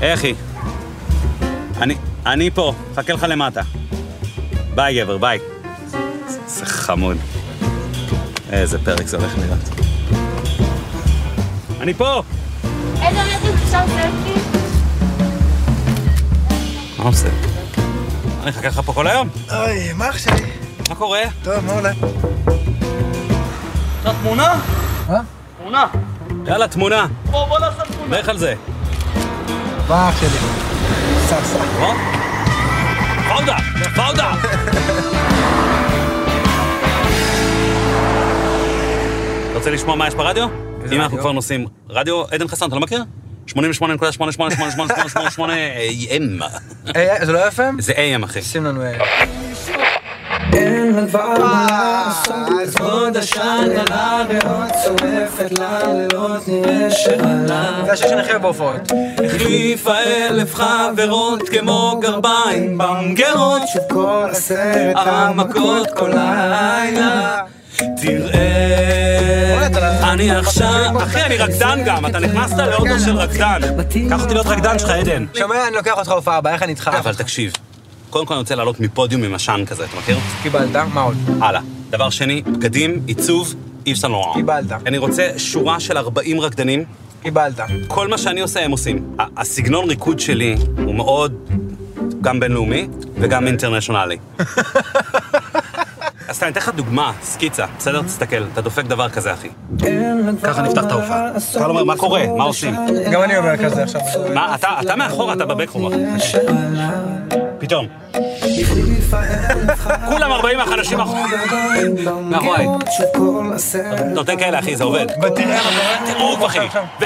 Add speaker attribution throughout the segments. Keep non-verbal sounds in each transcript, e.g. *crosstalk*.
Speaker 1: היי אחי, אני, אני פה, חכה לך למטה. ביי גבר, ביי. זה חמוד. איזה פרק זה הולך להיות. אני פה!
Speaker 2: איזה רטים אפשר סלפי?
Speaker 1: מה עושה? אני אחכה לך פה כל היום.
Speaker 3: אוי, מה אח שלי?
Speaker 1: מה קורה?
Speaker 3: טוב, מה עולה?
Speaker 4: אתה תמונה?
Speaker 3: מה?
Speaker 4: תמונה.
Speaker 1: יאללה, תמונה,
Speaker 4: בוא, בוא נעשה תמונה.
Speaker 1: לך על זה.
Speaker 3: מה אח שלי? סע, סע.
Speaker 1: או? פאודה! פאודה! אתה רוצה לשמוע מה יש ברדיו?
Speaker 3: איזה
Speaker 1: אם
Speaker 3: רדיו?
Speaker 1: אנחנו כבר נוסעים, רדיו עדן חסן, אתה לא מכיר? 88.888888 AM.
Speaker 3: אה, אה, זה לא FM?
Speaker 1: זה AM, אחי.
Speaker 3: שים לנו... אה,
Speaker 5: אין הלוואה לעשות,
Speaker 3: אז
Speaker 5: עוד עשן עלה ועוד שורפת ללילות נראה שעלה.
Speaker 3: זה השיר שאני הכי אוהב בהופעות.
Speaker 1: החליפה אלף חברות כמו גרביים במגרות
Speaker 5: שוב כל עשרת
Speaker 3: אה,
Speaker 5: המכות כל הלילה.
Speaker 1: תראה, אני עכשיו... אחי, אני רקדן גם, אתה נכנסת לאוטו של רקדן. קח אותי להיות רקדן שלך, עדן.
Speaker 3: שומע, אני לוקח אותך הופעה הבאה, איך אני איתך?
Speaker 1: אבל תקשיב, קודם כל אני רוצה לעלות מפודיום עם עשן כזה, אתה מכיר?
Speaker 3: קיבלת, מה עוד?
Speaker 1: הלאה. דבר שני, בגדים, עיצוב, איב סן לורן.
Speaker 3: קיבלת.
Speaker 1: אני רוצה שורה של 40 רקדנים.
Speaker 3: קיבלת.
Speaker 1: כל מה שאני עושה, הם עושים. ה- הסגנון ריקוד שלי הוא מאוד גם בינלאומי וגם אינטרנשיונלי. אז סתם, אני אתן לך דוגמה, סקיצה, בסדר? תסתכל, אתה דופק דבר כזה, אחי. ככה נפתח את ההופעה. אתה לא אומר, מה קורה? מה עושים?
Speaker 3: גם אני עובר כזה עכשיו.
Speaker 1: מה, אתה אתה מאחורה, אתה בבקרום, אחי. פתאום. כולם 40 החדשים אחורה. מאחוריי. נותן כאלה, אחי, זה עובד.
Speaker 3: ותראה מה קורה.
Speaker 1: טירוף, אחי. ו...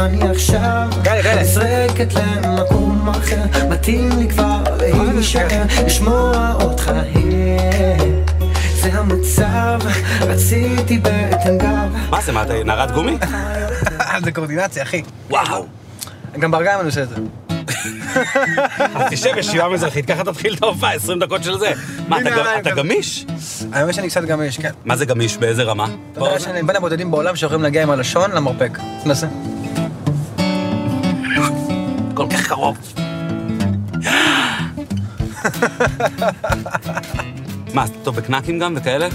Speaker 5: אני עכשיו
Speaker 3: כאלה, כאלה.
Speaker 5: נזרקת למקום אחר, מתאים לי כבר להישאר, לשמוע אותך היי. זה המצב, רציתי בטן גב.
Speaker 1: מה זה, מה, אתה נערת גומי?
Speaker 3: אה, זה קורדינציה, אחי.
Speaker 1: וואו.
Speaker 3: גם ברגליים אני עושה את זה.
Speaker 1: אז תשב ישיבה מזרחית, ככה תתחיל את ההופעה, 20 דקות של זה. מה, אתה
Speaker 3: הנה,
Speaker 1: גם-
Speaker 3: עליי,
Speaker 1: אתה
Speaker 3: כזה.
Speaker 1: גמיש?
Speaker 3: האמת שאני קצת גמיש, כן.
Speaker 1: מה זה גמיש? באיזה רמה?
Speaker 3: אתה יודע שאני בין הבודדים בעולם שיכולים להגיע עם הלשון למרפק. תנסה.
Speaker 1: כל כך קרוב. מה, אז אתה טוב בקנקים גם וכאלה?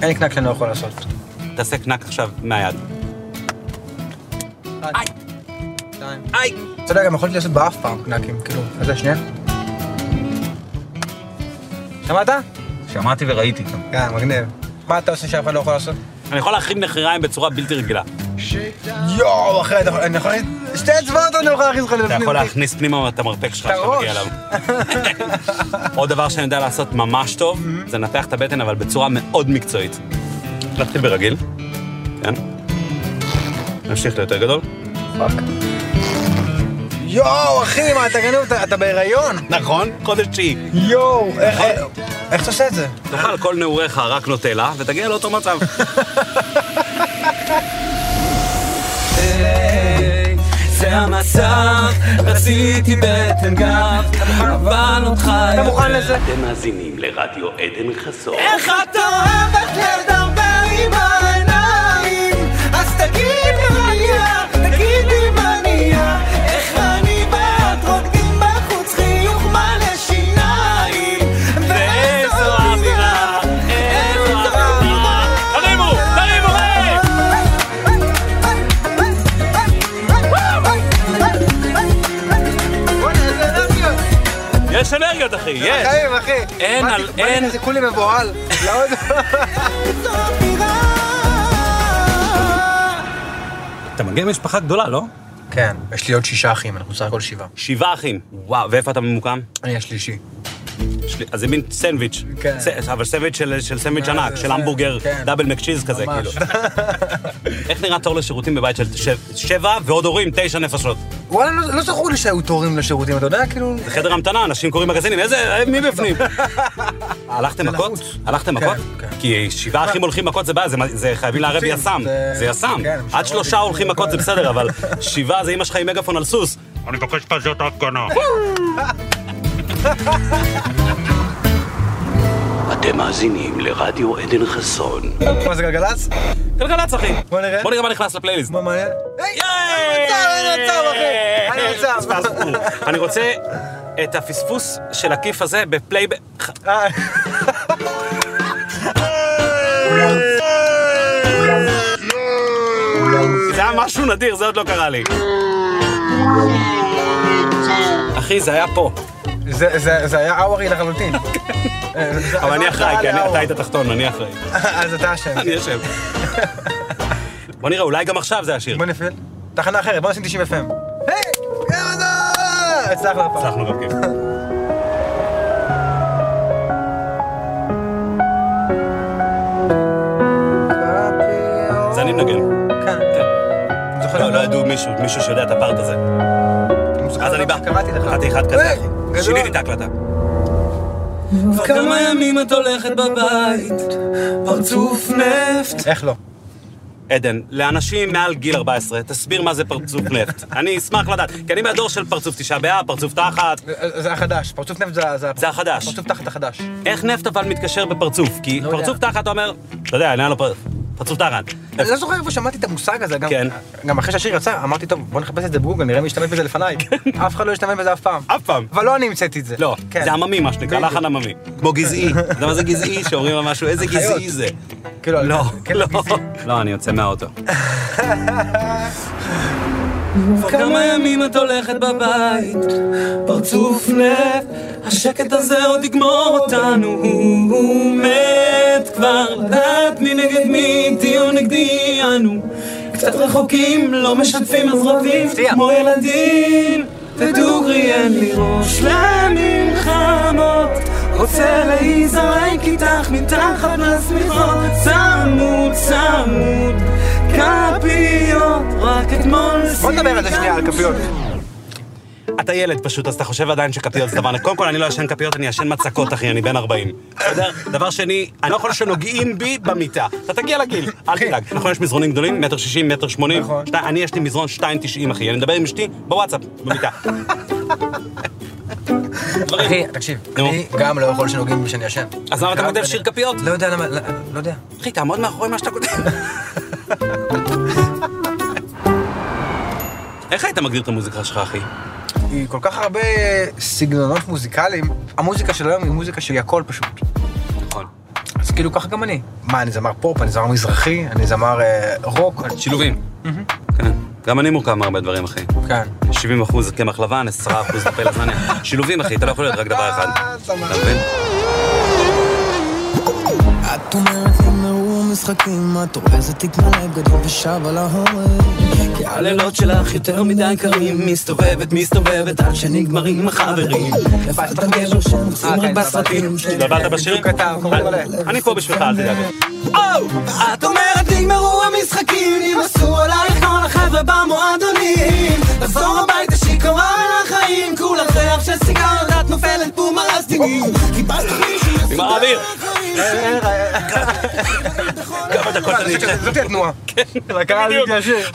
Speaker 3: אין לי קנק שאני לא יכול לעשות.
Speaker 1: תעשה קנק עכשיו מהיד.
Speaker 3: היי. שתיים. אתה יודע, גם יכולתי לעשות באף פעם קנקים, כאילו, איזה שנייה. שמעת?
Speaker 1: שמעתי וראיתי.
Speaker 3: כן, מגניב. מה אתה עושה שאף אחד לא יכול לעשות?
Speaker 1: אני יכול להחרים נחיריים בצורה בלתי רגילה.
Speaker 3: יואו, אחי, אתה יכול- אני יכול... שתי אצבעות אני לא יכול להכניס לך
Speaker 1: אתה
Speaker 3: לפנים.
Speaker 1: יכול להכניס פנימה את המרפק שלך
Speaker 3: את
Speaker 1: כשאתה מגיע
Speaker 3: הראש.
Speaker 1: אליו. עוד דבר שאני יודע לעשות ממש טוב, זה לנתח את הבטן, אבל בצורה מאוד מקצועית. נתחיל ברגיל, כן? נמשיך ליותר גדול.
Speaker 3: יואו, אחי, מה, אתה גנוב? אתה- אתה בהיריון?
Speaker 1: נכון, חודש תשיעי.
Speaker 3: יואו, איך-
Speaker 1: נכון.
Speaker 3: איך אתה עושה את זה?
Speaker 1: תאכל כל נעוריך רק נוטלה, ותגיע לאותו מצב.
Speaker 5: זה המצב, רציתי בטן גב, אבל אותך... אתה מוכן לזה?
Speaker 6: אתם מאזינים לרדיו עדן חסון.
Speaker 5: איך אתה אוהבת לדרדר עם העיניים? אז תגיד לי מה נהיה, תגיד לי מה נהיה, איך אני ואת רוקדים בחוץ חיוך מלא שיניים, ואיזו אווירה, איזו אווירה.
Speaker 1: תרימו, תרימו, היי!
Speaker 3: בוא'נה, איזה אנרגיות.
Speaker 1: יש אנרגיות, אחי, יש.
Speaker 3: חיים, אחי.
Speaker 1: כן. אין
Speaker 3: באתי-
Speaker 1: על-
Speaker 3: באתי
Speaker 1: אין.
Speaker 3: כזה כולי מבוהל. *laughs* לא לעוד-
Speaker 1: אתה מגיע ממשפחה גדולה, לא?
Speaker 3: כן, יש לי עוד שישה אחים, אנחנו בסך הכל שבעה.
Speaker 1: שבעה אחים. וואו, ואיפה אתה ממוקם?
Speaker 3: אני השלישי.
Speaker 1: שלי- אז זה מין סנדוויץ'.
Speaker 3: כן.
Speaker 1: ס- אבל סנדוויץ' של של סנדוויץ'
Speaker 3: מה זה,
Speaker 1: ענק,
Speaker 3: זה,
Speaker 1: של המבורגר,
Speaker 3: כן.
Speaker 1: דאבל מקצ'יז כזה,
Speaker 3: ממש.
Speaker 1: כאילו. *laughs* איך נראה תור לשירותים בבית של ש- שבע ועוד הורים, תשע נפשות?
Speaker 3: וואלה, לא- לא זכור לי שהיו תורים לשירותים, אתה יודע, כאילו...
Speaker 1: זה חדר המתנה, אנשים קוראים מגזינים, איזה, אה, מי
Speaker 3: *laughs*
Speaker 1: בפנים? הלכתם מכות?
Speaker 3: לחוץ.
Speaker 1: הלכתם
Speaker 3: כן,
Speaker 1: מכות?
Speaker 3: כן.
Speaker 1: כי שבעה אחים הולכים מכות זה בעיה, זה- זה חייבים לערב
Speaker 3: פיצוצים,
Speaker 1: יס"מ.
Speaker 3: זה-
Speaker 1: זה יס"מ.
Speaker 3: כן,
Speaker 1: עד
Speaker 3: משמרות
Speaker 1: שלושה
Speaker 3: פיצוצים,
Speaker 1: הולכים מכות זה
Speaker 3: הכל.
Speaker 1: בסדר,
Speaker 3: *laughs*
Speaker 1: אבל שבעה זה אמא שלך עם מגפון על סוס.
Speaker 6: אני מבקש פזיות הפגנה. אתם מאזינים לרדיו עדן חסון.
Speaker 3: מה זה גלגלצ?
Speaker 1: גלגלצ, אחי.
Speaker 3: בוא נראה.
Speaker 1: בוא נראה מה נכנס לפלייליסט.
Speaker 3: מה מעניין? היי!
Speaker 1: ייי!
Speaker 3: אני עצר, אחי! אני עצר.
Speaker 1: פספסנו. אני רוצה את הפספוס של הכיף הזה בפליי...
Speaker 3: אה,
Speaker 1: זה היה משהו נדיר, זה עוד לא קרה לי. אחי, זה היה פה.
Speaker 3: *laughs* זה- זה- זה היה אאוורי *laughs* לחלוטין. אה, זה-
Speaker 1: אבל אני
Speaker 3: זה
Speaker 1: אחראי, כי אני-
Speaker 3: לאאוורי.
Speaker 1: אתה היית תחתון, אני אחראי.
Speaker 3: אז אתה
Speaker 1: *laughs*
Speaker 3: אשם.
Speaker 1: אני יושב. בוא נראה, אולי גם עכשיו זה השיר.
Speaker 3: בוא נפעיל. תחנה אחרת, בוא נשים 90 FM. היי! יאללה! הצלחנו הפעם.
Speaker 1: הצלחנו גם כן. כיף. זה אני מנגן.
Speaker 3: כן.
Speaker 1: כן.
Speaker 3: אני זוכר
Speaker 1: לא,
Speaker 3: את
Speaker 1: לא
Speaker 3: זה.
Speaker 1: ידעו מישהו, מישהו שיודע את הפארט הזה.
Speaker 3: אני זוכר
Speaker 1: אז
Speaker 3: את
Speaker 1: אני
Speaker 3: זה,
Speaker 1: בא.
Speaker 3: קראתי לך.
Speaker 1: נתתי אחד כזה,
Speaker 3: היי,
Speaker 1: אחי.
Speaker 3: גדול.
Speaker 1: שיניתי את ההקלטה. כבר כמה ימים את הולכת בבית, פרצוף נפט.
Speaker 3: איך לא?
Speaker 1: עדן, לאנשים מעל גיל 14, תסביר מה זה פרצוף נפט. אני אשמח לדעת, כי אני מהדור של פרצוף תשעה באב, פרצוף תחת.
Speaker 3: זה- זה החדש, פרצוף נפט זה ה...
Speaker 1: זה החדש.
Speaker 3: פרצוף תחת החדש.
Speaker 1: איך נפט אבל מתקשר בפרצוף? כי
Speaker 3: לא יודע.
Speaker 1: פרצוף תחת, אתה אומר, אתה יודע, אני היה לו פר- פרצוף תחת.
Speaker 3: אני לא זוכר איפה שמעתי את המושג הזה, גם-
Speaker 1: כן.
Speaker 3: גם אחרי שהשיר יצא, אמרתי, טוב, בוא נחפש את זה בגוגל, נראה מי ישתמש בזה לפניי. אף אחד לא ישתמש בזה אף פעם.
Speaker 1: כן. אף פעם.
Speaker 3: אבל לא אני המצאתי את זה.
Speaker 1: לא,
Speaker 3: כן.
Speaker 1: זה עממי, מה שנקרא,
Speaker 3: בדיוק.
Speaker 1: לחן עממי. כמו גזעי. אתה יודע מה זה גזעי? שאומרים על משהו, איזה
Speaker 3: חיות.
Speaker 1: גזעי זה.
Speaker 3: כאילו,
Speaker 1: לא,
Speaker 3: כן,
Speaker 1: לא.
Speaker 3: גזעי.
Speaker 1: לא, אני יוצא מהאוטו. כמה ימים את הולכת בבית, פרצוף נפט, השקט הזה עוד יגמור אותנו, הוא מת כבר, לדעת מי נגד מי, תהיו נגדי אנו, קצת רחוקים, לא משתפים אז רבים,
Speaker 3: מפתיע.
Speaker 1: כמו ילדים, תדוגרי אין לי ראש למלחמות, רוצה להיזרק איתך מתחת לשמיכות, צמוד צמוד, כפיות, רק אתמול
Speaker 3: בוא נדבר על זה שנייה, על כפיות.
Speaker 1: אתה ילד פשוט, אז אתה חושב עדיין שכפיות זה דבר... קודם כל, אני לא ישן כפיות, אני ישן מצקות, אחי, אני בן 40. בסדר? דבר שני, אני לא יכול שנוגעים בי במיטה. אתה תגיע לגיל, אל תדאג. נכון, יש מזרונים גדולים, מטר שישים, מטר שמונים.
Speaker 3: נכון.
Speaker 1: שתי- אני, יש לי מזרון 2.90, אחי. אני מדבר עם אשתי בוואטסאפ, במיטה. דברים.
Speaker 3: אחי, תקשיב,
Speaker 1: נו.
Speaker 3: אני גם לא יכול שנוגעים בי שאני ישן.
Speaker 1: אז למה אתה
Speaker 3: גם
Speaker 1: כותב
Speaker 3: אני-
Speaker 1: שיר כפיות?
Speaker 3: לא יודע למה, לא- לא יודע.
Speaker 1: אחי, תעמוד מאחורי מה שאתה כותב. איך היית מגדיר את המוזיקה שלך, אחי?
Speaker 3: היא כל כך הרבה אה, סגנונות מוזיקליים. המוזיקה של היום היא מוזיקה שהיא הכל פשוט.
Speaker 1: נכון.
Speaker 3: אז כאילו ככה גם אני. מה, אני זמר פופ, אני זמר מזרחי, אני זמר אה, רוק. אני-
Speaker 1: שילובים. כן. גם אני מורכב מהרבה דברים, אחי.
Speaker 3: כן.
Speaker 1: 70 אחוז קמח לבן, 10 אחוז טפל הזניה. שילובים, אחי, אתה לא יכול להיות רק דבר אחד.
Speaker 3: אה,
Speaker 1: אתה מבין?
Speaker 4: את אומרת לי נערו משחקים, את אורזת תיק מלא גדול ושב על ההורים כי הלילות שלך יותר מדי קרים, מסתובבת, מסתובבת עד שנגמרים החברים הפכת את הגבר
Speaker 3: אה,
Speaker 4: שמוצאים רק
Speaker 3: כן,
Speaker 4: בסרטים
Speaker 1: התבלבלת בשירים?
Speaker 3: בדיוק אתה, קוראים
Speaker 1: אני-
Speaker 3: מלא.
Speaker 1: אני פה בשבילך, אל תדאג.
Speaker 4: את אומרת נגמרו המשחקים, נמאסו עלייך כל החבר'ה במועדונים לחזור הביתה שיכורה אל החיים, כולך ריח של סיגריות, את נופלת בומרסטינים חיפשת מישהו
Speaker 1: עם האוויר. אה, כמה דקות אני אצא.
Speaker 3: אה, זאת התנועה. כן. לקהל
Speaker 1: בדיוק.
Speaker 3: בלתי ישיר.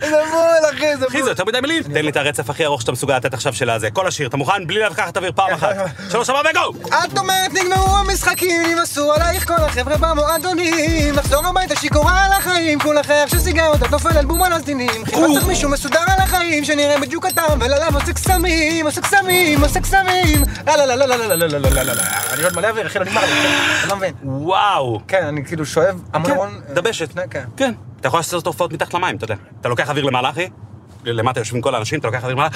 Speaker 3: זה בול, אחי, זה
Speaker 1: אחי, זה
Speaker 3: בול.
Speaker 1: יותר מדי מילים. תן לי את הרצף הכי ארוך שאתה מסוגל לתת עכשיו של הזה. כל השיר, אתה מוכן? בלי לקחת אוויר פעם אחת. שלוש, ארבע וגו!
Speaker 3: את אומרת נגמרו המשחקים, נמאסו עלייך כל החבר'ה במועדונים לחזור הביתה שיכורה על החיים, כולך ריח של סיגריות, את נופלת בום על הזדינים חיפשת מישהו מסודר על החיים, שנראה בדיוק הטעם, ולעליו עושה קסמים, עושה קסמים, עושה קסמים לא לא לא לא לא לא לא לא לא לא לא לא אני עוד מלא אוויר, אחי, לא נגמר לי, אני לא מבין
Speaker 1: וואו.
Speaker 3: כן, אני כאילו שואב המון המון...
Speaker 1: דבשת.
Speaker 3: אה, כן.
Speaker 1: כן. אתה יכול לעשות הופעות מתחת למים, אתה יודע. אתה לוקח אוויר למעלה, אחי? למטה יושבים כל האנשים, אתה לוקח אוויר למעלה.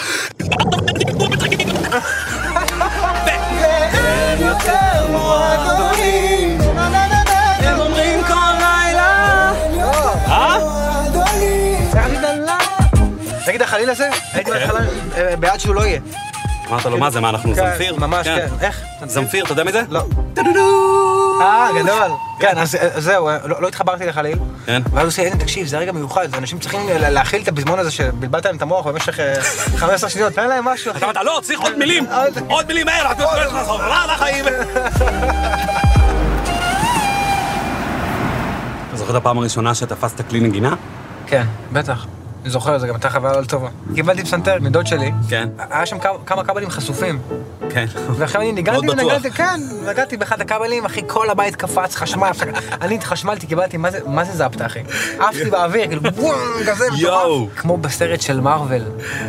Speaker 4: הם אומרים כל לילה
Speaker 1: אה?
Speaker 3: תגיד, החליל הזה,
Speaker 1: כן.
Speaker 3: הייתי בהתחלה אה, בעד שהוא לא יהיה.
Speaker 1: אמרת לו, מה זה, מה, אנחנו
Speaker 3: כן,
Speaker 1: זמפיר?
Speaker 3: ממש, כן. איך?
Speaker 1: זמפיר, אתה יודע מי זה?
Speaker 3: לא. אה, גדול. כן, אז אה, זהו, אה, לא לא התחברתי לחליל.
Speaker 1: כן.
Speaker 3: ואז הוא עושה, "עדן, תקשיב, זה רגע מיוחד, אנשים צריכים אה, לה- להכיל את הפזמון הזה שבלבלת להם את המוח במשך אה, *laughs* 15 שניות, תן להם משהו, אחי.
Speaker 1: אתה אמרת, לא, צריך עוד מילים, עוד מילים מהר, אתה יכול לעשות רע לחיים. אתה זוכר את הפעם הראשונה שתפסת כלי נגינה?
Speaker 3: כן, בטח. אני זוכר, זו גם הייתה חוויה לא טובה. קיבלתי פסנתר מדוד שלי,
Speaker 1: כן.
Speaker 3: היה שם כמה- כמה כבלים חשופים,
Speaker 1: כן.
Speaker 3: ועכשיו אני ניגנתי
Speaker 1: מאוד בטוח.
Speaker 3: ונגעתי כאן, נגעתי באחד הכבלים, אחי, כל הבית קפץ, חשמל, הפסק. אני התחשמלתי, קיבלתי, מה זה- מה זה זפת, אחי? עפתי באוויר, כאילו, בום, כזה
Speaker 1: יואו.
Speaker 3: מטורף. כמו בסרט של מארוול,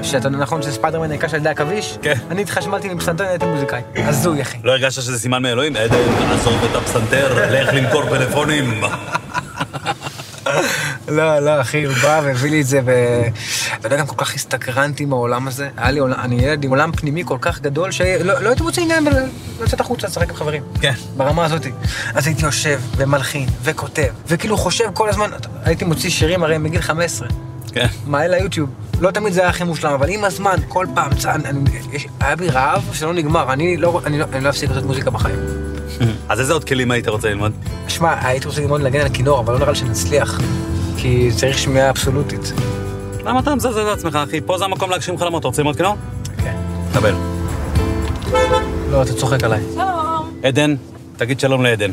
Speaker 3: שאתה נכון שספיידרמן נעקש על ידי עכביש?
Speaker 1: כן.
Speaker 3: אני התחשמלתי מפסנתר, הייתי מוזיקאי. הזוי, אחי.
Speaker 1: לא הרגשת שזה סימן מאלוהים? עדן, עזוב את *laughs* הפסנתר, לך למכור פלאפונים.
Speaker 3: לא, לא, אחי, הוא בא והביא לי את זה, ו... אתה יודע, גם כל כך הסתקרנתי מהעולם הזה. היה לי עולם, אני ילד עם עולם פנימי כל כך גדול, שלא לא הייתי מוצא עניין בל- לצאת החוצה, לשחק עם חברים.
Speaker 1: כן.
Speaker 3: ברמה הזאת. אז הייתי יושב ומלחין וכותב, וכאילו חושב כל הזמן, הייתי מוציא שירים הרי מגיל 15.
Speaker 1: *laughs* כן.
Speaker 3: מעלה ליוטיוב. לא תמיד זה היה הכי מושלם, אבל עם הזמן, כל פעם, צ- אני- אני- יש- היה בי רעב שלא נגמר, אני לא אני לא- אני לא אפסיק לעשות מוזיקה בחיים.
Speaker 1: אז איזה עוד כלים היית רוצה ללמוד?
Speaker 3: שמע, הייתי רוצה ללמוד לנגן על הכינור, אבל לא נראה לי שנצליח, כי צריך שמיעה אבסולוטית.
Speaker 1: למה אתה מזלזל לעצמך, אחי? פה זה המקום להגשים חלומות. אתה רוצה ללמוד כינור?
Speaker 3: כן.
Speaker 1: קבל.
Speaker 3: לא, אתה צוחק עליי.
Speaker 2: שלום.
Speaker 1: עדן, תגיד שלום לעדן.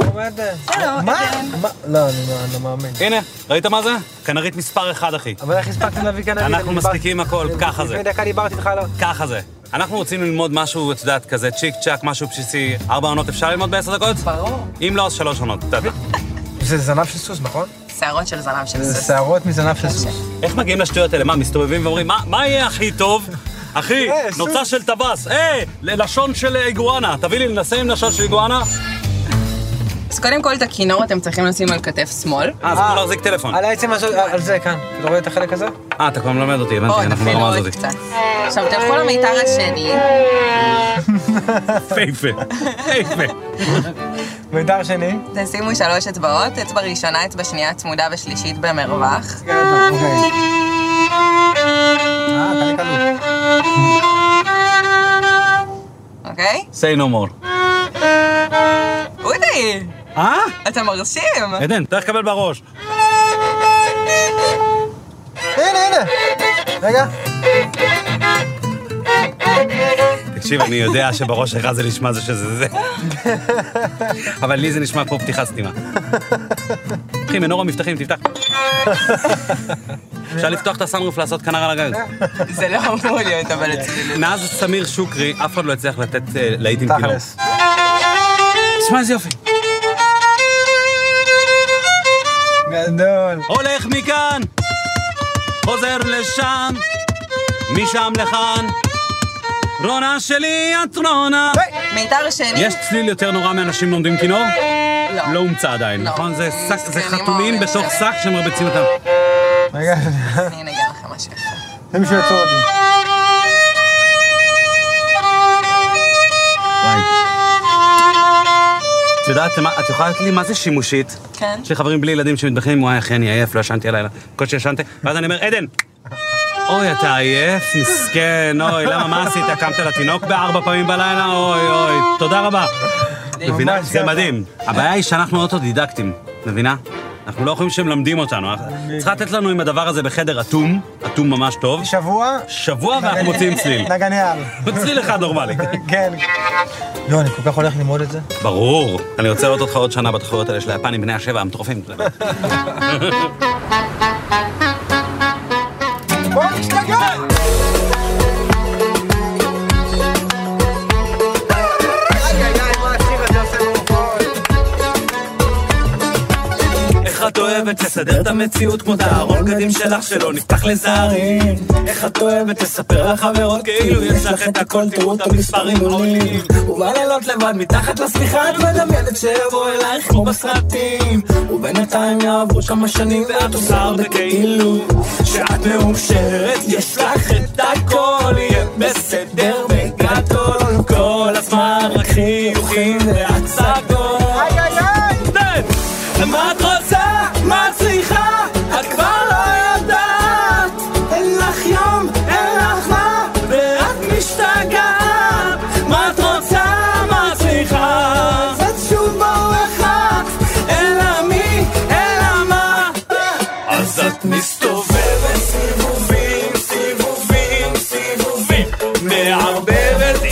Speaker 3: שלום עדן.
Speaker 2: שלום,
Speaker 3: מה?
Speaker 2: עדן.
Speaker 3: מה? לא, אני לא- אני לא מאמין.
Speaker 1: הנה, ראית מה זה? כנרית מספר אחד, אחי.
Speaker 3: אבל איך הספקתם להביא כאן עדן?
Speaker 1: אנחנו
Speaker 3: אני דיברתי-
Speaker 1: מספיקים הכל,
Speaker 3: אני-
Speaker 1: ככה זה.
Speaker 3: לפני דקה דיברתי איתך לא. על... ה-
Speaker 1: ככה זה. אנחנו רוצים ללמוד משהו, את יודעת, כזה צ'יק צ'אק, משהו בסיסי. ארבע עונות אפשר ללמוד בעשר דקות?
Speaker 7: ברור.
Speaker 1: אם לא, אז שלוש עונות. אתה יודע.
Speaker 3: זה זנב של סוס, נכון?
Speaker 7: שערות של זנב של
Speaker 3: זה
Speaker 7: סוס.
Speaker 3: שערות מזנב של סוס.
Speaker 1: איך מגיעים לשטויות האלה? מה, מסתובבים ואומרים, "מה- מה יהיה הכי טוב? אחי,
Speaker 3: אה,
Speaker 1: נוצה
Speaker 3: שוב.
Speaker 1: של טווס, אה, ל- לשון של איגואנה, תביא לי לנסה עם לשון של איגואנה. אה,
Speaker 7: אז קודם כל את הכינור אתם צריכים לשים על כתף שמאל.
Speaker 1: אה, זה כמו להחזיק טלפון.
Speaker 3: על העצם הזאת, על על זה כאן. אתה רואה את החלק הזה?
Speaker 1: אה, אתה כבר מלמד אותי, הבנתי,
Speaker 7: עוד
Speaker 1: אנחנו
Speaker 7: אפילו
Speaker 1: ברמה
Speaker 7: עוד
Speaker 1: הזאת.
Speaker 7: קצת. עכשיו תלכו למיתר השני,
Speaker 1: יפהפה, יפהפה.
Speaker 3: מידר שני. אוקיי.
Speaker 7: תשימו שלוש אצבעות, אצבע ראשונה, אצבע שנייה צמודה ושלישית במרווח.
Speaker 3: אוקיי. אה, חלק עלוב.
Speaker 7: אוקיי?
Speaker 1: say no more.
Speaker 7: אודי,
Speaker 1: אה?
Speaker 7: אתם מרשים!
Speaker 1: עדן, תלך לקבל בראש.
Speaker 3: הנה, הנה. רגע.
Speaker 1: תקשיב, אני יודע שבראש שלך זה נשמע זה שזה זה. אבל לי זה נשמע כמו פתיחת סתימה. אחי, מנורה מבטחים, תפתח. אפשר לפתוח את הסאנרוף לעשות כנר על הגג.
Speaker 7: זה לא אמור להיות, אבל אצלי.
Speaker 1: מאז סמיר שוקרי, אף אחד לא הצליח לתת אה, להיט עם כינור.
Speaker 3: תכלס.
Speaker 1: תשמע איזה יופי.
Speaker 3: גדול.
Speaker 1: הולך מכאן, חוזר לשם, משם לכאן. רונה שלי, את רונה.
Speaker 7: מיתר שני,
Speaker 1: יש צליל יותר נורא מאנשים לומדים כינור?
Speaker 7: לא.
Speaker 1: לא הומצא עדיין,
Speaker 7: לא.
Speaker 1: נכון? זה שק- זה
Speaker 7: מסכנים
Speaker 1: חתולים
Speaker 7: ההורים
Speaker 1: בתוך
Speaker 7: שלהם.
Speaker 1: שק שמרביצים אותם.
Speaker 3: רגע,
Speaker 7: אני אנגן לכם משהו יפה.
Speaker 3: זה מישהו יעצור אותי.
Speaker 1: וואי. את יודעת מה, את יכולה לתת לי מה זה שימושית?
Speaker 7: כן.
Speaker 1: יש לי חברים בלי ילדים שמתבכיינים, וואי אחי, אני עייף, לא ישנתי הלילה. בקושי ישנתי, ואז אני אומר, עדן! אוי, אתה עייף, מסכן, אוי, למה, מה עשית? קמת לתינוק בארבע פעמים בלילה? אוי, אוי, תודה רבה. מבינה?
Speaker 3: ממש
Speaker 1: זה
Speaker 3: ככה.
Speaker 1: מדהים. הבעיה היא שאנחנו אוטודידקטים, מבינה? אנחנו לא יכולים שמלמדים אותנו. צריכה לתת לנו עם הדבר הזה בחדר אטום, אטום ממש טוב,
Speaker 3: שבוע.
Speaker 1: שבוע ואנחנו מוציאים
Speaker 3: *laughs*
Speaker 1: צליל.
Speaker 3: נגני
Speaker 1: *laughs*
Speaker 3: על.
Speaker 1: צליל אחד נורמלי.
Speaker 3: כן. לא, אני כל כך הולך ללמוד את זה.
Speaker 1: ברור. אני רוצה לראות אותך עוד שנה בתחרויות האלה של היפנים בני השבע המטורפים.
Speaker 3: בוא נשתגע!
Speaker 1: איך את אוהבת לסדר את המציאות כמו את הארון קדים שלך שלא נפתח לזרים? איך את אוהבת לספר לחברות כאילו יש לך את הכל תראו את המספרים עולים?
Speaker 4: ובלילות לבד מתחת לשמיכה את מדמיינת שיבוא אלייך כמו בסרטים ובינתיים יעברו כמה שנים ואת עושה הרבה כאילו שאת מאושרת יש לך את הכל יהיה בסדר בגדול כל הזמן רק חיוכים והצגות איי איי איי מה את רוצה? מה את צריכה? את כבר לא יודעת אין לך יום, אין לך מה ואת משתגעת מה את רוצה? מה את צריכה? זאת שוב בורחת אלא מי? אלא מה? אז את מסתובבת סיבובים, סיבובים, סיבובים מערבבת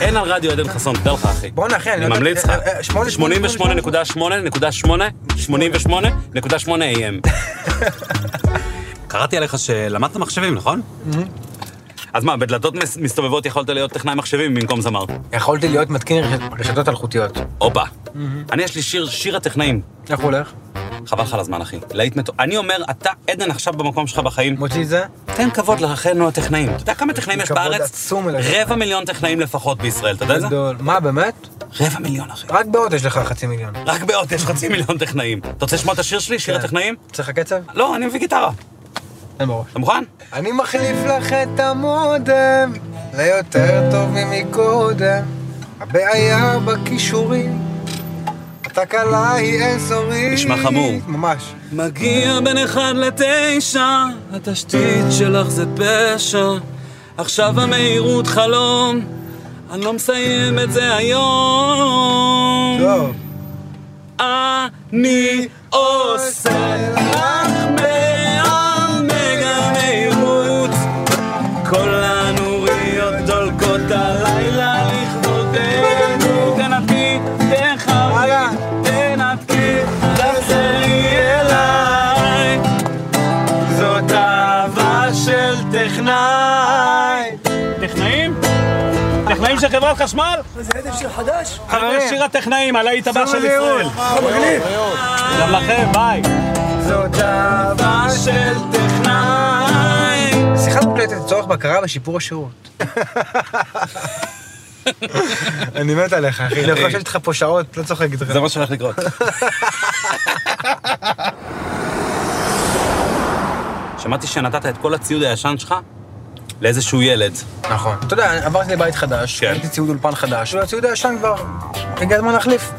Speaker 1: אין על רדיו עדן חסון, תדע לך, אחי.
Speaker 3: בואנה, אחי, אני
Speaker 1: אני
Speaker 3: לא יודע-
Speaker 1: ממליץ לך.
Speaker 3: אה, אה, שמונה, שמונה,
Speaker 1: 88.8.8, 88.8 AM. קראתי עליך שלמדת מחשבים, נכון? אז מה, בדלתות מס- מסתובבות יכולת להיות טכנאי מחשבים במקום זמר.
Speaker 3: יכולתי להיות מתקין רשת- רשתות אלחוטיות.
Speaker 1: הופה. אני, יש לי שיר, שיר הטכנאים.
Speaker 3: איך הוא הולך?
Speaker 1: חבל לך על הזמן, אחי. להיט מטו... אני אומר, אתה, עדן, עכשיו במקום שלך בחיים,
Speaker 3: מוציא את זה?
Speaker 1: תן כבוד לאחינו הטכנאים. אתה יודע כמה טכנאים יש
Speaker 3: כבוד
Speaker 1: בארץ?
Speaker 3: עצום אליך.
Speaker 1: רבע מיליון טכנאים לפחות בישראל, אתה יודע את זה?
Speaker 3: גדול. מה, באמת?
Speaker 1: רבע מיליון, אחי.
Speaker 3: רק בעוד יש לך חצי מיליון.
Speaker 1: רק בעוד יש חצי מיליון טכנאים. אתה רוצה לשמוע את השיר שלי, שיר
Speaker 3: כן.
Speaker 1: הטכנאים?
Speaker 3: צריך לך קצב?
Speaker 1: לא, אני מביא גיטרה.
Speaker 3: אין בראש.
Speaker 1: אתה מוכן?
Speaker 3: אני מחליף לך את המודם ליותר טוב ממקודם הבעיה בכישורים התקלה היא אינסורית
Speaker 1: נשמע חמור.
Speaker 3: ממש
Speaker 1: מגיע בין אחד לתשע, התשתית שלך זה פשע. עכשיו המהירות חלום, אני לא מסיים את זה היום.
Speaker 3: טוב
Speaker 1: אני עושה לך מאה מגה מהירות כל הנוריות דולקות הלילה לכבודנו תנתקי, תחרי,
Speaker 3: הלאה.
Speaker 1: תנתקי, תחזרי אליי זאת אהבה של טכנאי טכנאים? טכנאים של חברת חשמל?
Speaker 4: זה עדף של חדש?
Speaker 1: חבר'ה, שיר הטכנאים, הלהיט הבא של
Speaker 3: זהו.
Speaker 1: ישראל
Speaker 4: אה,
Speaker 1: גם לכם, ביי
Speaker 3: זאת אהבה
Speaker 1: של טכנאי.
Speaker 3: שיחה מוקלטת צורך בקרה
Speaker 1: *laughs*
Speaker 3: ושיפור השירות אני מת
Speaker 1: *laughs*
Speaker 3: עליך אחי, אני יכול לשבת איתך פה שעות, לא צוחק איתך
Speaker 1: זה מה שהולך לקרות. שמעתי שנתת את כל הציוד הישן שלך לאיזשהו ילד.
Speaker 3: נכון. אתה יודע, עברתי לבית חדש,
Speaker 1: כן.
Speaker 3: הייתי ציוד אולפן חדש, והציוד הישן כבר, הגיע הזמן להחליף.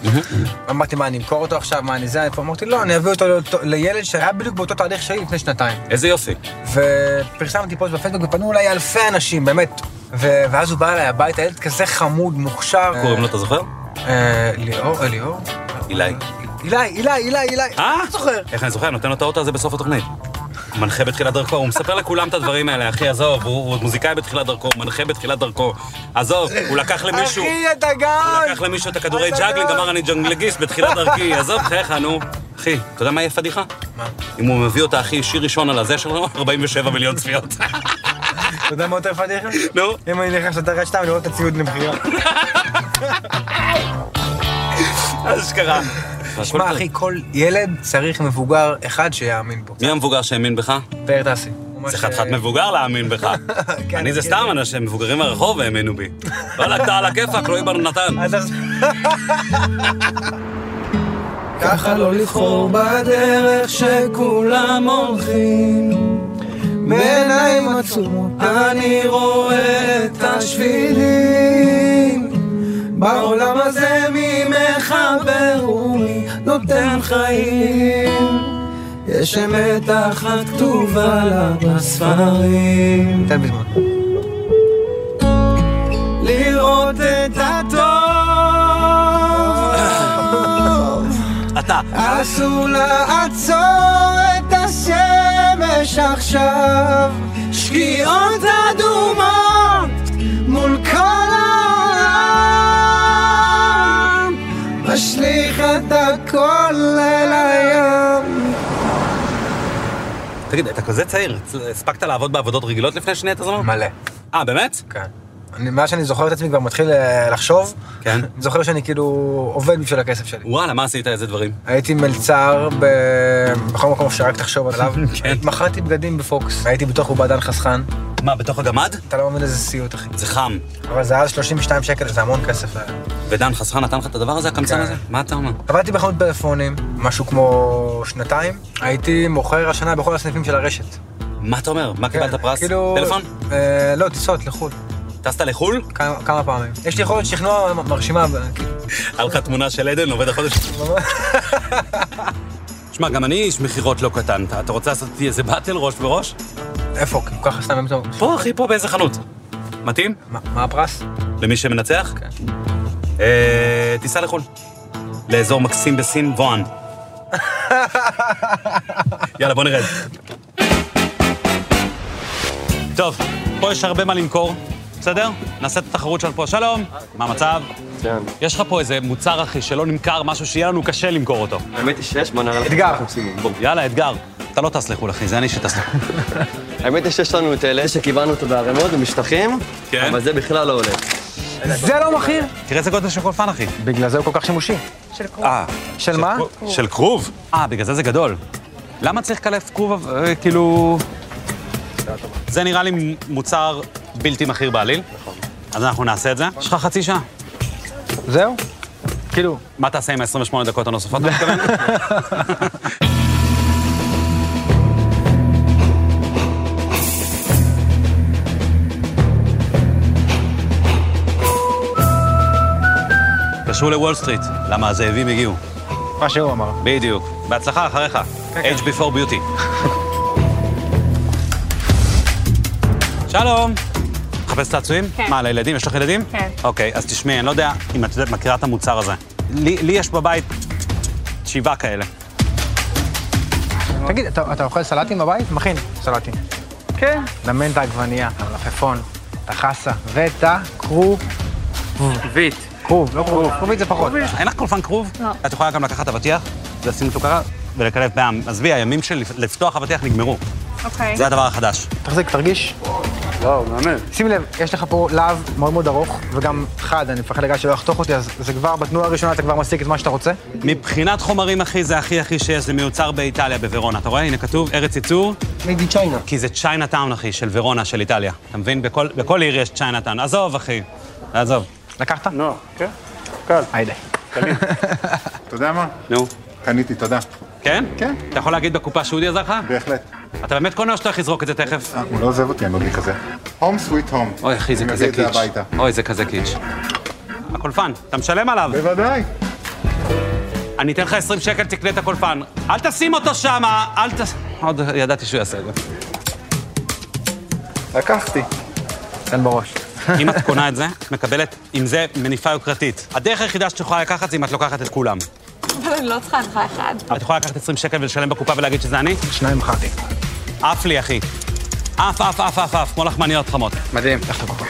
Speaker 3: אמרתי, מה, אני אמכור אותו עכשיו, מה, אני זה? אמרתי, לא, אני אביא אותו לאותו- לילד שהיה בדיוק באותו תהליך שלי לפני שנתיים.
Speaker 1: איזה יופי.
Speaker 3: ופרסמתי פוסט בפייסבוק ופנו אליי אלפי אנשים, באמת. ו- ואז הוא בא אליי הביתה, ילד כזה חמוד, מוכשר.
Speaker 1: קוראים לו, אתה זוכר?
Speaker 3: אה, ליאור, אה, ליאור?
Speaker 1: אילי.
Speaker 3: אילי, אילי, אילי, אילי.
Speaker 1: אה?
Speaker 3: אתה זוכר.
Speaker 1: איך אני זוכר? נותן לו את האוטו הזה בסוף התוכנית. מנחה בתחילת דרכו, הוא מספר לכולם את הדברים האלה, אחי, עזוב, הוא הוא מוזיקאי בתחילת דרכו, הוא מנחה בתחילת דרכו. עזוב, הוא לקח למישהו...
Speaker 3: אחי, אתה
Speaker 1: הוא
Speaker 3: גאון!
Speaker 1: לקח למישהו את הכדורי
Speaker 3: אתה
Speaker 1: ג'אגלינג,
Speaker 3: גאון.
Speaker 1: אמר אני ג'ונגלגיסט בתחילת דרכי, *laughs* עזוב חייך, נו. אחי, אתה יודע מה יהיה פדיחה?
Speaker 3: מה?
Speaker 1: אם הוא מביא אותה, אחי, שיר ראשון על הזה שלו, *laughs* 47 מיליון צפיות. *laughs*
Speaker 3: אתה יודע מה יותר פדיחה?
Speaker 1: נו.
Speaker 3: אם אני נכנס לתארי השתיים לראות את הציוד למכירה.
Speaker 1: אשכרה.
Speaker 3: שמע, אחי, כל ילד צריך מבוגר אחד שיאמין בו.
Speaker 1: מי המבוגר שהאמין בך?
Speaker 3: פאר דסי.
Speaker 1: זה חתיכת מבוגר להאמין בך.
Speaker 3: *laughs* כן,
Speaker 1: אני זה
Speaker 3: כן.
Speaker 1: סתם אנשים מבוגרים מהרחוב האמינו בי. וואלה, אתה על הכיפאק, לא איבר נתן.
Speaker 4: *laughs* ככה לא לבחור בדרך שכולם הולכים בעיניים עצומות אני רואה את השבילים בעולם הזה מי מחבר ומי נותן חיים יש אמת אחת כתובה לה בספרים
Speaker 3: תן בזמן.
Speaker 4: לראות את הטוב
Speaker 1: אתה.
Speaker 4: אסור לעצור את השמש עכשיו שגיאות אדומות מול כל העולם משליך את הכל אל הים
Speaker 1: תגיד, אתה כזה צעיר, הספקת לעבוד בעבודות רגילות לפני שנהיית זמר?
Speaker 3: מלא.
Speaker 1: אה, באמת?
Speaker 3: כן. אני- מאז שאני זוכר את עצמי כבר מתחיל אה, לחשוב,
Speaker 1: כן.
Speaker 3: *laughs* אני זוכר שאני כאילו עובד בשביל הכסף שלי.
Speaker 1: וואלה, מה עשית? איזה דברים?
Speaker 3: הייתי מלצר ב- בכל מקום שרק תחשוב עליו.
Speaker 1: *laughs* כן.
Speaker 3: מכרתי בגדים בפוקס. הייתי בתוך עובדן חסכן.
Speaker 1: מה, בתוך הגמד?
Speaker 3: אתה לא מאמין איזה סיוט, אחי.
Speaker 1: זה חם.
Speaker 3: אבל זה היה 32 שקל, זה המון כסף. היה.
Speaker 1: ודן חסכן נתן לך את הדבר הזה, הקמצן
Speaker 3: כן.
Speaker 1: הזה? מה אתה אומר?
Speaker 3: עבדתי בחנות פלאפונים, משהו כמו שנתיים. הייתי מוכר השנה בכל הסניפים של הרשת.
Speaker 1: מה אתה אומר? מה
Speaker 3: כן,
Speaker 1: קיבלת פרס?
Speaker 3: כאילו-
Speaker 1: טלפון?
Speaker 3: אה, לא, טיסות לחו"ל.
Speaker 1: טסת לחו"ל?
Speaker 3: כמה כמה פעמים. יש לי יכולת שכנוע מ- מרשימה. ב- כאילו,
Speaker 1: היה לך תמונה של עדן, עובד החודש. שמע, גם אני איש מכירות לא קטן. אתה אתה רוצה לעשות איתי איזה באטל ראש בראש?
Speaker 3: איפה? כאילו, ככה סתם באמצע...
Speaker 1: פה, אחי, פה באיזה חנות. מתאים?
Speaker 3: מה- מה הפרס?
Speaker 1: למי שמנצח?
Speaker 3: כן.
Speaker 1: אה, תיסע לחו"ל. לאזור מקסים בסין, וואן. יאללה, בוא נרד. טוב, פה יש הרבה מה למכור. בסדר? נעשה את התחרות שלנו פה. שלום, מה המצב?
Speaker 8: כן.
Speaker 1: יש לך פה איזה מוצר, אחי, שלא נמכר, משהו שיהיה לנו קשה למכור אותו.
Speaker 8: האמת היא שיש מנהל...
Speaker 3: אתגר.
Speaker 1: יאללה, אתגר. אתה לא טס לחו"ל, אחי, זה אני שטס לחו"ל.
Speaker 8: האמת היא שיש לנו את אלה שקיבלנו אותו בערימות ומשטחים,
Speaker 1: כן.
Speaker 8: אבל זה בכלל לא עולה.
Speaker 3: זה לא מחיר?
Speaker 1: תראה איזה גודל של קולפן, אחי.
Speaker 3: בגלל זה הוא כל כך שימושי.
Speaker 1: אה.
Speaker 3: של מה?
Speaker 1: כרוב. של כרוב? אה, בגלל זה זה גדול. למה צריך קלף כרוב, אה, כאילו... זה נראה לי מוצר בלתי מכיר בעליל. נכון. אז אנחנו נעשה את זה. יש לך חצי שעה.
Speaker 3: זהו? כאילו,
Speaker 1: מה תעשה עם ה-28 דקות הנוספות? אתה מתכוון? התקשרו לוול סטריט, למה הזאבים הגיעו.
Speaker 3: מה שהוא אמר.
Speaker 1: בדיוק. בהצלחה, אחריך.
Speaker 7: כן,
Speaker 1: Age before beauty. שלום. מחפש צעצועים?
Speaker 7: כן.
Speaker 1: מה, לילדים? יש לך ילדים?
Speaker 7: כן.
Speaker 1: אוקיי, אז תשמעי, אני לא יודע אם את יודעת, מכירה את המוצר הזה. לי, לי יש בבית שבעה כאלה.
Speaker 3: תגיד, אתה אתה אוכל סלטים בבית? מכין סלטים. כן. למן את העגבנייה, המלפפון, את החסה ואת הכרובית. כרוב, לא כרוב. כרובית זה פחות.
Speaker 1: אין לך קולפן כרוב?
Speaker 7: לא.
Speaker 1: את יכולה גם לקחת אבטיח, לשים אותו ככה ולקלף בעם. עזבי, הימים של לפתוח אבטיח נגמרו.
Speaker 7: אוקיי.
Speaker 1: זה הדבר החדש.
Speaker 3: תחזיק, תרגיש. וואו, מהמם. שים לב, יש לך פה להב מאוד מאוד ארוך, וגם חד, אני מפחד לגעת שלא יחתוך אותי, אז זה כבר, בתנועה הראשונה אתה כבר משיג את מה שאתה רוצה.
Speaker 1: מבחינת חומרים, אחי, זה הכי הכי שיש, זה מיוצר באיטליה, בוורונה. אתה רואה? הנה כתוב, ארץ ייצור,
Speaker 3: מיידי צ'יינה.
Speaker 1: כי זה צ'יינה טאון, אחי, של וורונה, של איטליה. אתה מבין? בכל, בכל עיר יש צ'יינה טאון. עזוב, אחי. עזוב.
Speaker 3: לקחת?
Speaker 9: לא, כן? קל.
Speaker 3: היידה.
Speaker 9: אתה יודע מה?
Speaker 1: נו.
Speaker 9: קניתי, תודה.
Speaker 1: כן?
Speaker 9: כן.
Speaker 1: אתה יכול להגיד בקופה שאודי עזר לך?
Speaker 9: בהחלט.
Speaker 1: אתה באמת קונה או שאתה הולך לזרוק את זה תכף?
Speaker 9: אה, הוא לא עוזב אותי, הנודי כזה. הום סוויט הום.
Speaker 1: אוי, אחי, זה
Speaker 9: אני
Speaker 1: כזה
Speaker 9: מביא את
Speaker 1: קיץ'.
Speaker 9: זה הביתה.
Speaker 1: אוי, זה כזה קיץ'. הקולפן, אתה משלם עליו.
Speaker 9: בוודאי.
Speaker 1: אני אתן לך 20 שקל, תקנה את הקולפן. אל תשים אותו שמה, אל ת... עוד ידעתי שהוא
Speaker 9: *laughs*
Speaker 1: יעשה את זה.
Speaker 9: לקחתי.
Speaker 3: תן בראש.
Speaker 1: אם את קונה את זה, את מקבלת עם זה מניפה יוקרתית. הדרך היחידה שאת יכולה לקחת זה אם את לוקחת את כולם.
Speaker 7: אבל אני לא צריכה לך אחד.
Speaker 1: את יכולה לקחת 20 שקל ולשלם בקופה ולהגיד שזה אני?
Speaker 3: שניים חדי.
Speaker 1: עף לי, אחי. עף, עף, עף, עף, עף, כמו לחמניות חמות.
Speaker 3: מדהים. לך לבקום.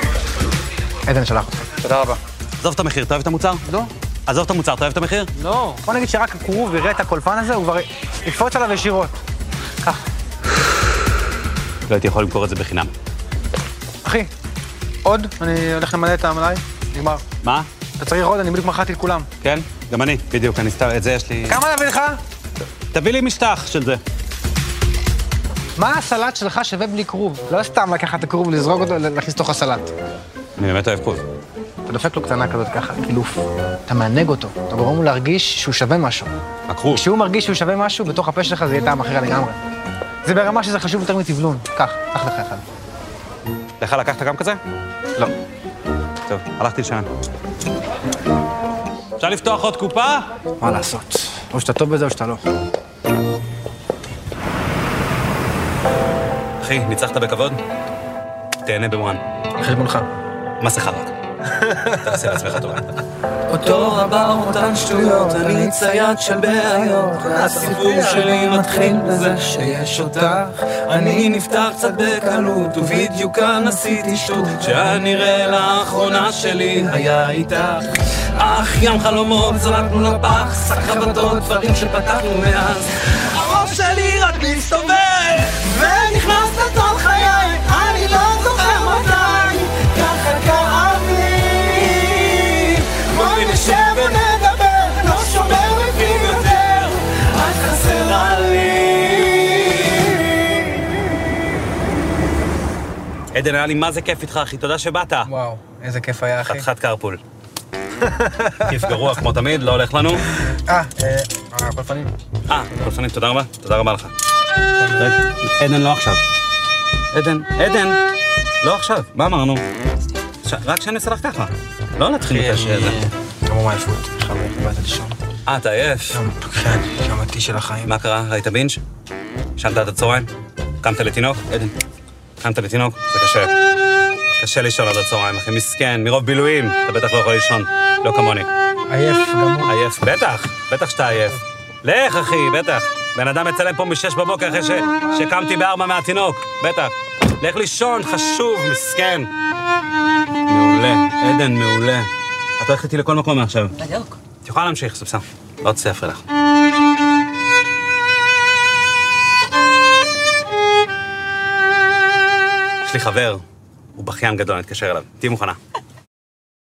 Speaker 3: עדן שלח אותך. תודה רבה.
Speaker 1: עזוב את המחיר, אתה אוהב את המוצר?
Speaker 3: לא.
Speaker 1: עזוב את המוצר, אתה אוהב את המחיר?
Speaker 3: לא. בוא נגיד שרק הכרוב יראה את הקולפן הזה, הוא כבר יקפוץ עליו ישירות.
Speaker 1: לא הייתי יכול למכור את זה בחינם.
Speaker 3: אחי, עוד? אני הולך למלא את המלאי, נגמר.
Speaker 1: מה?
Speaker 3: אתה צריך עוד, אני בדיוק מכרתי את כולם.
Speaker 1: כן? גם אני. בדיוק, אני סתם, את זה יש לי...
Speaker 3: כמה להביא לך?
Speaker 1: תביא לי משטח של זה.
Speaker 3: מה הסלט שלך שווה בלי כרוב? לא סתם לקחת את הכרוב, לזרוק אותו, להכניס לתוך הסלט.
Speaker 1: אני באמת אוהב כוב.
Speaker 3: אתה דופק לו קטנה כזאת ככה, אילוף. אתה מענג אותו, אתה גורם לו להרגיש שהוא שווה משהו.
Speaker 1: הכרוב.
Speaker 3: כשהוא מרגיש שהוא שווה משהו, בתוך הפה שלך זה יהיה טעם אחר לגמרי. זה ברמה שזה חשוב יותר מטבלון. קח, קח לך אחד.
Speaker 1: לך לקחת גם כזה?
Speaker 3: לא.
Speaker 1: טוב, הלכתי לשם. אפשר לפתוח עוד קופה?
Speaker 3: מה לעשות? או שאתה טוב בזה או שאתה לא.
Speaker 1: אחי, ניצחת בכבוד? תהנה במוען.
Speaker 3: חשבונך.
Speaker 1: מסכה רק. תעשה לעצמך טובה.
Speaker 4: אותו הבא אותן שטויות, אני צייד של בעיות. הסיפור שלי מתחיל בזה שיש אותך. אני נפטר קצת בקלות, ובדיוק כאן עשיתי שטות. שהנראה לאחרונה שלי היה איתך. אך ים חלומות זרקנו לפח, שק חבטות, דברים שפתחנו מאז. הראש שלי רק מסתובב!
Speaker 10: ונכנסת לתוך חיי, אני לא זוכר מתי, ככה כאב לי. בואי נשב ונדבר, לא שומר מפיו יותר, את חסרה לי.
Speaker 1: עדן, היה לי מה זה כיף איתך, אחי. תודה שבאת.
Speaker 3: וואו, איזה כיף היה, אחי.
Speaker 1: חתיכת קרפול. *laughs* כיף גרוע כמו תמיד, לא הולך לנו.
Speaker 3: אה, אה, הקולפנים.
Speaker 1: אה, קולפנים, תודה רבה. תודה רבה לך. רגע, עדן, לא עכשיו. עדן, עדן, לא עכשיו. מה אמרנו? ש- רק שאני עושה לך ככה. לא נתחיל את זה.
Speaker 3: כמובן עייפות. חבר, באתי לישון.
Speaker 1: אה, אתה עייף.
Speaker 3: יום, כן, יום עתי של החיים.
Speaker 1: מה קרה? ראית בינג'? ישנת עד הצהריים? קמת לתינוק? עדן. קמת לתינוק? זה קשה. קשה לישון עד הצהריים, אחי. מסכן, מרוב בילויים. אתה בטח לא יכול לישון. לא כמוני.
Speaker 3: עייף, גמור.
Speaker 1: עייף. בטח, בטח שאתה עייף. לך, אחי, בטח. בן אדם מצלם פה משש בבוקר אחרי ש... שקמתי בארבע מהתינוק. בטח. לך לישון, חשוב, מסכן. מעולה, עדן, מעולה. את הולכת איתי לכל מקום מעכשיו.
Speaker 7: בדיוק.
Speaker 1: את יכולה להמשיך, סבסם. לא רוצה להפריע לך. יש לי חבר, הוא בכיין גדול, אני אתקשר אליו. תהיי מוכנה.